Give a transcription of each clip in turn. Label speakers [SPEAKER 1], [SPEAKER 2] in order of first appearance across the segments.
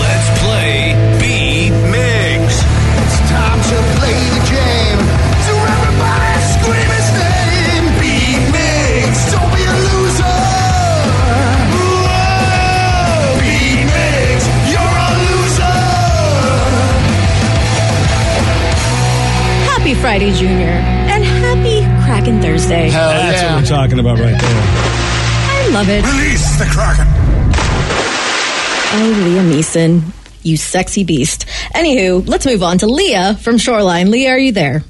[SPEAKER 1] Let's play B Migs. It's time to play the game. So everybody scream his name. B Migs. Don't be a loser. Whoa. B Migs. You're a loser.
[SPEAKER 2] Happy Friday, Junior, and happy Kraken Thursday.
[SPEAKER 3] That's what we're talking about right there.
[SPEAKER 2] I love it.
[SPEAKER 1] Release the Kraken.
[SPEAKER 2] Oh, Liam Neeson, you sexy beast. Anywho, let's move on to Leah from Shoreline. Leah, are you there?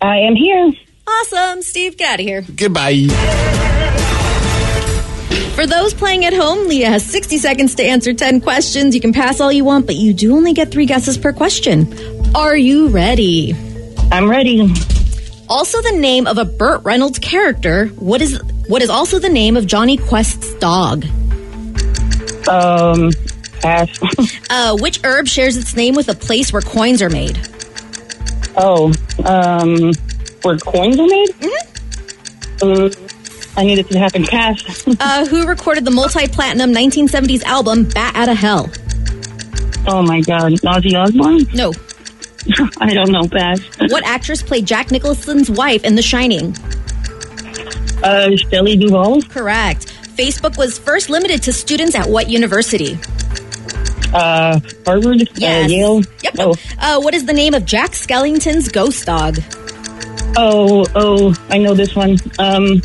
[SPEAKER 4] I am here.
[SPEAKER 2] Awesome, Steve, get out of here.
[SPEAKER 3] Goodbye.
[SPEAKER 2] For those playing at home, Leah has 60 seconds to answer 10 questions. You can pass all you want, but you do only get three guesses per question. Are you ready?
[SPEAKER 4] I'm ready.
[SPEAKER 2] Also, the name of a Burt Reynolds character. What is what is also the name of Johnny Quest's dog?
[SPEAKER 4] Um, pass.
[SPEAKER 2] Uh, which herb shares its name with a place where coins are made?
[SPEAKER 4] oh, um, where coins are made? Mm, I need it to happen fast.
[SPEAKER 2] Uh, who recorded the multi-platinum 1970s album Bat Outta Hell?
[SPEAKER 4] oh my God, Ozzy Osbourne?
[SPEAKER 2] No.
[SPEAKER 4] I don't know, pass.
[SPEAKER 2] What actress played Jack Nicholson's wife in The Shining?
[SPEAKER 4] Uh, Shelly Duvall?
[SPEAKER 2] Correct. Facebook was first limited to students at what university?
[SPEAKER 4] Uh, Harvard? Uh, Yale?
[SPEAKER 2] Yep.
[SPEAKER 4] Oh,
[SPEAKER 2] Uh, what is the name of Jack Skellington's ghost dog?
[SPEAKER 4] oh, oh, I know this one. Um,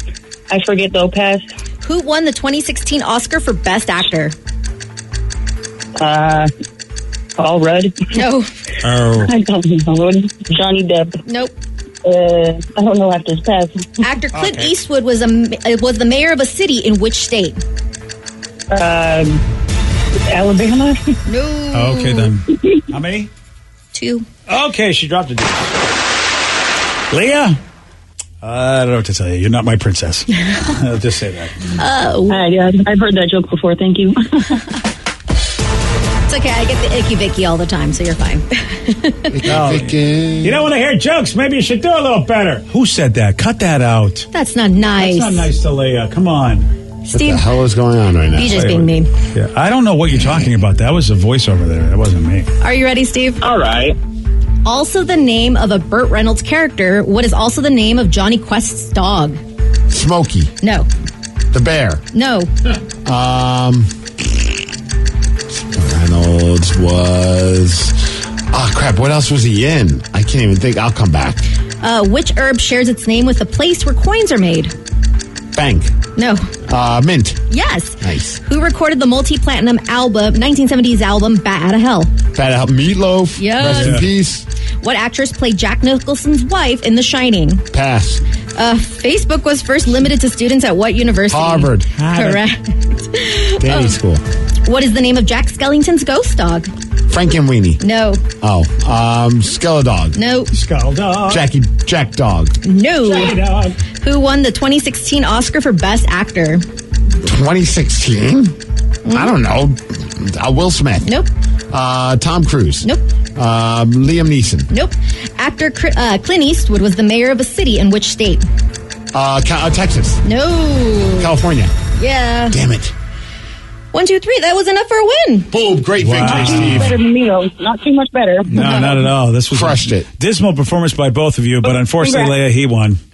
[SPEAKER 4] I forget though, pass.
[SPEAKER 2] Who won the 2016 Oscar for Best Actor?
[SPEAKER 4] Uh, Paul Rudd?
[SPEAKER 2] No.
[SPEAKER 3] Oh.
[SPEAKER 4] I don't know. Johnny Depp?
[SPEAKER 2] Nope.
[SPEAKER 4] Uh, I don't know after this pass.
[SPEAKER 2] Actor Clint Eastwood was a uh, was the mayor of a city in which state?
[SPEAKER 4] Uh, Alabama?
[SPEAKER 2] No.
[SPEAKER 3] Okay, then. How many?
[SPEAKER 2] Two.
[SPEAKER 3] Okay, she dropped it. Leah? I don't know what to tell you. You're not my princess. I'll just say that.
[SPEAKER 4] Hi, yeah, I've heard that joke before. Thank you.
[SPEAKER 2] It's okay. I get the icky vicky all the time, so you're fine.
[SPEAKER 3] You don't want to hear jokes. Maybe you should do a little better. Who said that? Cut that out.
[SPEAKER 2] That's not nice.
[SPEAKER 3] It's not nice to Leah. Come on.
[SPEAKER 2] Steve,
[SPEAKER 5] What the hell is going on right now?
[SPEAKER 2] you just being mean.
[SPEAKER 3] Yeah, I don't know what you're talking about. That was a voiceover there. That wasn't me.
[SPEAKER 2] Are you ready, Steve?
[SPEAKER 4] All right.
[SPEAKER 2] Also, the name of a Burt Reynolds character. What is also the name of Johnny Quest's dog?
[SPEAKER 5] Smokey,
[SPEAKER 2] No.
[SPEAKER 5] the bear.
[SPEAKER 2] No.
[SPEAKER 5] Um, Reynolds was. Ah, crap. What else was he in? I can't even think. I'll come back.
[SPEAKER 2] Uh, which herb shares its name with a place where coins are made?
[SPEAKER 5] Bank.
[SPEAKER 2] No.
[SPEAKER 5] Uh, mint.
[SPEAKER 2] Yes.
[SPEAKER 5] Nice.
[SPEAKER 2] Who recorded the multi-platinum album, 1970s album, Bat Outta Hell?
[SPEAKER 5] Fat out meatloaf.
[SPEAKER 2] Yes.
[SPEAKER 5] Rest
[SPEAKER 3] Yeah.
[SPEAKER 5] in peace.
[SPEAKER 2] What actress played Jack Nicholson's wife in The Shining?
[SPEAKER 5] Pass.
[SPEAKER 2] Uh, Facebook was first limited to students at what university?
[SPEAKER 5] Harvard.
[SPEAKER 2] Correct.
[SPEAKER 5] Danny school.
[SPEAKER 2] What is the name of Jack Skellington's ghost dog?
[SPEAKER 5] Frank and Weenie.
[SPEAKER 2] No.
[SPEAKER 5] Oh, um, Skeledog.
[SPEAKER 2] No.
[SPEAKER 3] Skull dog.
[SPEAKER 5] Jackie, Jack Dog.
[SPEAKER 2] No.
[SPEAKER 3] dog.
[SPEAKER 2] Who won the 2016 Oscar for Best Actor?
[SPEAKER 5] 2016? I don't know. Uh, Will Smith.
[SPEAKER 2] Nope.
[SPEAKER 5] Uh, Tom Cruise.
[SPEAKER 2] Nope.
[SPEAKER 5] Um, Liam Neeson.
[SPEAKER 2] Nope. Actor Cri- uh, Clint Eastwood was the mayor of a city in which state?
[SPEAKER 5] Uh, Ca- uh, Texas.
[SPEAKER 2] No.
[SPEAKER 5] California.
[SPEAKER 2] Yeah.
[SPEAKER 5] Damn it.
[SPEAKER 2] One, two, three. That was enough for a win.
[SPEAKER 5] Boom. Great
[SPEAKER 3] Wow.
[SPEAKER 5] victory, Steve.
[SPEAKER 4] Better than me, though. Not too much better.
[SPEAKER 3] No, not at all. This was
[SPEAKER 5] Crushed
[SPEAKER 3] a
[SPEAKER 5] it.
[SPEAKER 3] Dismal performance by both of
[SPEAKER 2] Oh,
[SPEAKER 3] you, but unfortunately, Leah, he won.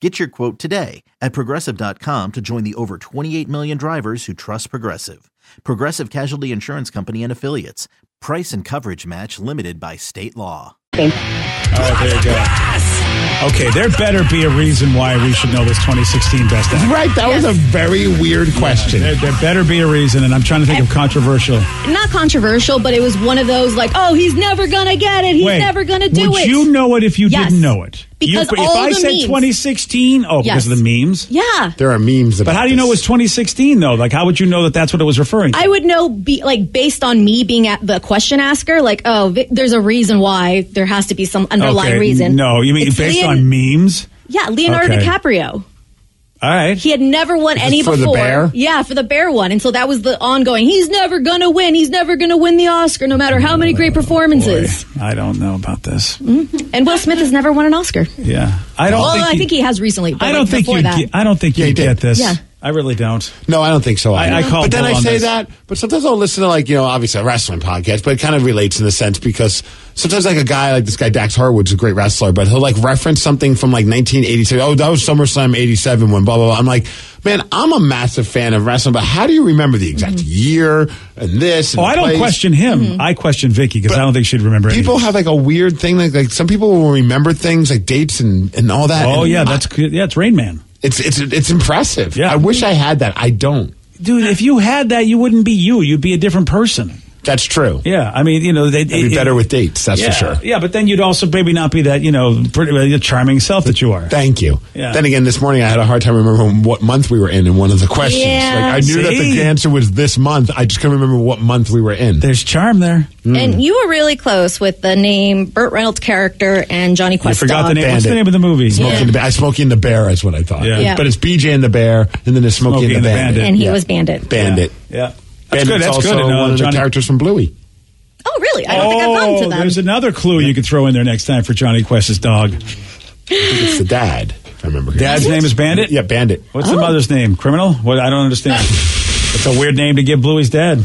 [SPEAKER 6] Get your quote today at progressive.com to join the over 28 million drivers who trust Progressive. Progressive Casualty Insurance Company and Affiliates. Price and coverage match limited by state law.
[SPEAKER 3] All right, there you go. Okay, there better be a reason why we should know this 2016 best actor.
[SPEAKER 5] Right, that was a very weird question.
[SPEAKER 3] There, there better be a reason, and I'm trying to think of controversial.
[SPEAKER 2] Not controversial, but it was one of those like, oh, he's never gonna get it. He's
[SPEAKER 3] Wait,
[SPEAKER 2] never gonna do
[SPEAKER 3] would
[SPEAKER 2] it.
[SPEAKER 3] you know it if you
[SPEAKER 2] Yes.
[SPEAKER 3] didn't know it?
[SPEAKER 2] Because
[SPEAKER 3] you, if
[SPEAKER 2] all
[SPEAKER 3] I
[SPEAKER 2] the
[SPEAKER 3] said
[SPEAKER 2] memes.
[SPEAKER 3] 2016, oh,
[SPEAKER 2] Yes.
[SPEAKER 3] because of the memes.
[SPEAKER 2] yeah.
[SPEAKER 5] There are memes about
[SPEAKER 3] But how do you know it was 2016 though? Like, how would you know that that's what it was referring? to?
[SPEAKER 2] I would know, be, like, based on me being at the question asker, like, oh, vi- there's a reason why there has to be some underlying
[SPEAKER 3] Okay,
[SPEAKER 2] reason.
[SPEAKER 3] No, you mean
[SPEAKER 2] It's
[SPEAKER 3] based
[SPEAKER 2] Leon-
[SPEAKER 3] on memes?
[SPEAKER 2] Yeah, Leonardo
[SPEAKER 3] Okay.
[SPEAKER 2] DiCaprio.
[SPEAKER 3] All right.
[SPEAKER 2] He had never won
[SPEAKER 5] Is it
[SPEAKER 2] any
[SPEAKER 5] for the
[SPEAKER 2] before.
[SPEAKER 5] bear?
[SPEAKER 2] Yeah, for the bear one, and so that was the ongoing. He's never gonna win. He's never gonna win the Oscar, no matter how many
[SPEAKER 3] Oh,
[SPEAKER 2] great performances.
[SPEAKER 3] Boy, I don't know about this.
[SPEAKER 2] And Will Smith has never won an Oscar.
[SPEAKER 3] Yeah, I don't.
[SPEAKER 2] Well,
[SPEAKER 3] think
[SPEAKER 2] I
[SPEAKER 3] you-
[SPEAKER 2] think he has recently. But
[SPEAKER 3] I don't
[SPEAKER 2] like,
[SPEAKER 3] think
[SPEAKER 2] before
[SPEAKER 3] you.
[SPEAKER 2] that.
[SPEAKER 3] Get, I don't think
[SPEAKER 5] Yeah,
[SPEAKER 3] you
[SPEAKER 5] he did.
[SPEAKER 3] get this.
[SPEAKER 2] Yeah.
[SPEAKER 3] I really don't.
[SPEAKER 5] No, I don't think so. either.
[SPEAKER 3] I call
[SPEAKER 5] but then
[SPEAKER 3] bull
[SPEAKER 5] I
[SPEAKER 3] on
[SPEAKER 5] say
[SPEAKER 3] this.
[SPEAKER 5] that. But sometimes I'll listen to like you know, obviously a wrestling podcast, but it kind of relates in a sense because sometimes like a guy like this guy Dax Harwood's a great wrestler, but he'll like reference something from like 1987. Oh, that was SummerSlam '87 when blah blah blah. I'm like, man, I'm a massive fan of wrestling, but how do you remember the exact year and this?
[SPEAKER 3] Mm-hmm.
[SPEAKER 5] And
[SPEAKER 3] Oh,
[SPEAKER 5] the
[SPEAKER 3] I don't
[SPEAKER 5] place? Mm-hmm.
[SPEAKER 3] question him. I question Vicky because I don't think she'd remember.
[SPEAKER 5] People
[SPEAKER 3] anything.
[SPEAKER 5] have like a weird thing, like like some people will remember things like dates and and all that.
[SPEAKER 3] Oh
[SPEAKER 5] and
[SPEAKER 3] yeah,
[SPEAKER 5] I-
[SPEAKER 3] that's good. yeah, it's Rain Man.
[SPEAKER 5] it's it's it's impressive.
[SPEAKER 3] Yeah.
[SPEAKER 5] I wish I had that. I don't.
[SPEAKER 3] Dude, if you had that, you wouldn't be you. You'd be a different person.
[SPEAKER 5] That's true.
[SPEAKER 3] Yeah, I mean, you know, they'd
[SPEAKER 5] I'd be better with dates. That's
[SPEAKER 3] yeah,
[SPEAKER 5] for sure.
[SPEAKER 3] Yeah, but then you'd also maybe not be that you know pretty uh, charming self that you are.
[SPEAKER 5] Thank you.
[SPEAKER 3] Yeah.
[SPEAKER 5] Then again, this morning I had a hard time remembering what month we were in in one of the questions.
[SPEAKER 2] Yeah.
[SPEAKER 5] Like, I knew that
[SPEAKER 3] See?
[SPEAKER 5] the answer was this month. I just couldn't remember what month we were in.
[SPEAKER 3] There's charm there. Hmm.
[SPEAKER 2] And you were really close with the name Burt Reynolds character and Johnny
[SPEAKER 3] I
[SPEAKER 2] Quest.
[SPEAKER 3] forgot the
[SPEAKER 2] dog.
[SPEAKER 3] name. What's the
[SPEAKER 5] Bandit.
[SPEAKER 3] name of the movie?
[SPEAKER 5] Smokey and the Bear. I Smokey and the Bear is what I thought.
[SPEAKER 3] Yeah. Yeah.
[SPEAKER 5] But it's BJ and the Bear, and then it's Smokey, and the Bandit.
[SPEAKER 2] And he
[SPEAKER 5] Yeah.
[SPEAKER 2] was Bandit.
[SPEAKER 5] Bandit.
[SPEAKER 3] Yeah, that's
[SPEAKER 5] Bandit's
[SPEAKER 3] good. That's
[SPEAKER 5] also
[SPEAKER 3] good. And, uh,
[SPEAKER 5] one of
[SPEAKER 3] Johnny-
[SPEAKER 5] the characters from Bluey.
[SPEAKER 2] Oh, really? I don't think I've gotten to that.
[SPEAKER 3] Oh, There's another clue you could throw in there next time for Johnny Quest's dog.
[SPEAKER 5] It's the dad. If I remember. correctly.
[SPEAKER 3] Dad's name is Bandit?
[SPEAKER 5] Yeah, Bandit.
[SPEAKER 3] What's the mother's name? Criminal? What I don't understand. it's a weird name to give Bluey's dad.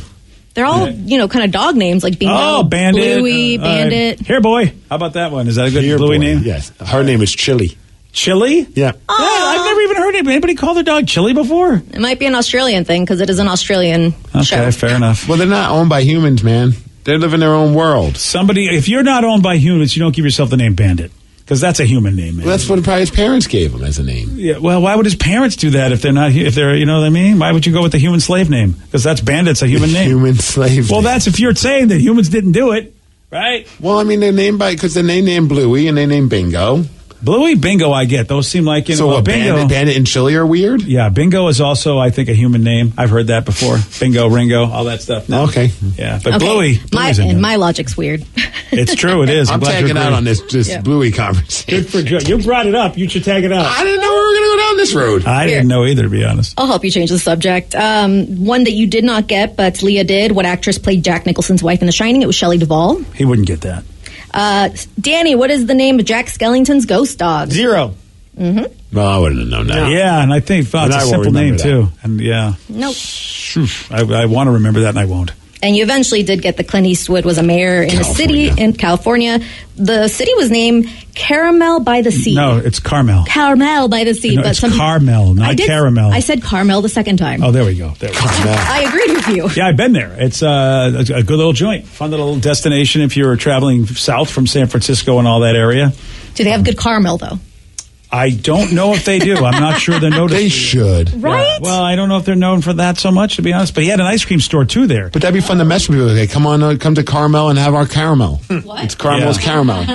[SPEAKER 2] They're all, you know, kind of dog names like Bingo,
[SPEAKER 3] Oh, Bandit.
[SPEAKER 2] Bluey,
[SPEAKER 3] Uh, all right.
[SPEAKER 2] Bandit.
[SPEAKER 3] Here, boy. How about that one? Is that a good
[SPEAKER 5] Dear
[SPEAKER 3] Bluey
[SPEAKER 5] boy.
[SPEAKER 3] name?
[SPEAKER 5] Yes. Her name is Chili.
[SPEAKER 3] Chili?
[SPEAKER 5] Yeah.
[SPEAKER 3] Yeah, I've never even heard anybody call their dog Chili before.
[SPEAKER 2] It might be an Australian thing because it is an Australian
[SPEAKER 3] Okay,
[SPEAKER 2] show.
[SPEAKER 3] fair enough.
[SPEAKER 5] Well, they're not owned by humans, man. They live in their own world.
[SPEAKER 3] Somebody, if you're not owned by humans, you don't give yourself the name Bandit because that's a human name, man.
[SPEAKER 5] Well, that's what probably his parents gave him as a name.
[SPEAKER 3] yeah, well, why would his parents do that if they're not, hu- if they're, you know what I mean? Why would you go with the human slave name? Because that's Bandit's a human name.
[SPEAKER 5] Human slave.
[SPEAKER 3] Well,
[SPEAKER 5] name.
[SPEAKER 3] that's if you're saying that humans didn't do it, right?
[SPEAKER 5] Well, I mean, they're named by because they named Bluey and they named Bingo.
[SPEAKER 3] Bluey, Bingo, I get. Those seem like you know
[SPEAKER 5] so
[SPEAKER 3] well,
[SPEAKER 5] what?
[SPEAKER 3] Bingo.
[SPEAKER 5] Bandit, Bandit and Chili are weird.
[SPEAKER 3] Yeah, Bingo is also, I think, a human name. I've heard that before. Bingo, Ringo, all that stuff. No.
[SPEAKER 5] Okay.
[SPEAKER 3] Yeah, but
[SPEAKER 2] Okay.
[SPEAKER 3] Bluey,
[SPEAKER 2] My,
[SPEAKER 3] Bluey's a
[SPEAKER 2] and
[SPEAKER 3] name.
[SPEAKER 2] my logic's weird.
[SPEAKER 3] it's true. It is.
[SPEAKER 5] I'm
[SPEAKER 3] glad
[SPEAKER 5] tagging
[SPEAKER 3] you're
[SPEAKER 5] out
[SPEAKER 3] agreeing.
[SPEAKER 5] on this this
[SPEAKER 2] Yeah.
[SPEAKER 5] Bluey
[SPEAKER 3] Good for
[SPEAKER 5] conversation.
[SPEAKER 3] Joe. You brought it up. You should tag it out.
[SPEAKER 5] I didn't know we were going to go down this road.
[SPEAKER 3] I didn't know either, to be honest.
[SPEAKER 2] I'll help you change the subject. Um, one that you did not get, but Leah did. What actress played Jack Nicholson's wife in The Shining? It was Shelley Duvall.
[SPEAKER 3] He wouldn't get that.
[SPEAKER 2] Uh, Danny, what is the name of Jack Skellington's ghost dog?
[SPEAKER 3] Zero.
[SPEAKER 5] well, I wouldn't have known that.
[SPEAKER 3] Uh, Yeah, and I think wow,
[SPEAKER 5] And
[SPEAKER 3] it's a
[SPEAKER 5] I will
[SPEAKER 3] simple name,
[SPEAKER 5] remember
[SPEAKER 3] too. And yeah,
[SPEAKER 2] Nope.
[SPEAKER 3] Shoof. I, I want to remember that, and I won't.
[SPEAKER 2] And you eventually did get the Clint Eastwood was a mayor in a city
[SPEAKER 5] California.
[SPEAKER 2] in California. The city was named Caramel by the Sea.
[SPEAKER 3] No, it's Carmel.
[SPEAKER 2] Carmel by the Sea.
[SPEAKER 3] No,
[SPEAKER 2] but
[SPEAKER 3] it's
[SPEAKER 2] some,
[SPEAKER 3] Carmel, not
[SPEAKER 2] I did,
[SPEAKER 3] caramel.
[SPEAKER 2] I said Carmel the second time.
[SPEAKER 3] Oh, there we go. There we go.
[SPEAKER 2] I agreed with you.
[SPEAKER 3] Yeah, I've been there. It's uh, a a good little joint, fun little destination if you're traveling south from San Francisco and all that area.
[SPEAKER 2] Do they have good caramel though?
[SPEAKER 3] I don't know if they do. I'm not sure they're noticed.
[SPEAKER 5] They should.
[SPEAKER 2] Right?
[SPEAKER 3] Well, I don't know if they're known for that so much, to be honest. But he had an ice cream store too there.
[SPEAKER 5] But that'd be fun to mess with people. Okay, come on, uh, come to Carmel and have our caramel. It's Carmel's
[SPEAKER 3] Yeah.
[SPEAKER 5] caramel.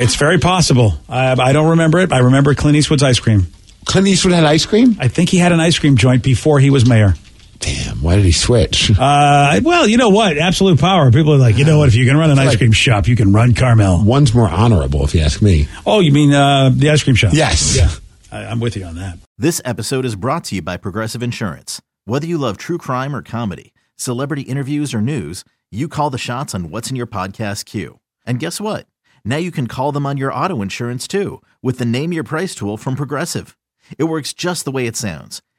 [SPEAKER 3] It's very possible. I, I don't remember it. I remember Clint Eastwood's ice cream.
[SPEAKER 5] Clint Eastwood had ice cream.
[SPEAKER 3] I think he had an ice cream joint before he was mayor.
[SPEAKER 5] Damn, why did he switch?
[SPEAKER 3] Uh, well, you know what? Absolute power. People are like, you know what? If you can run an ice
[SPEAKER 5] like-
[SPEAKER 3] cream shop, you can run Carmel.
[SPEAKER 5] One's more honorable, if you ask me.
[SPEAKER 3] Oh, you mean uh, the ice cream shop?
[SPEAKER 5] Yes.
[SPEAKER 3] Yeah. I, I'm with you on that.
[SPEAKER 6] This episode is brought to you by Progressive Insurance. Whether you love true crime or comedy, celebrity interviews or news, you call the shots on what's in your podcast queue. And guess what? Now you can call them on your auto insurance too with the Name Your Price tool from Progressive. It works just the way it sounds.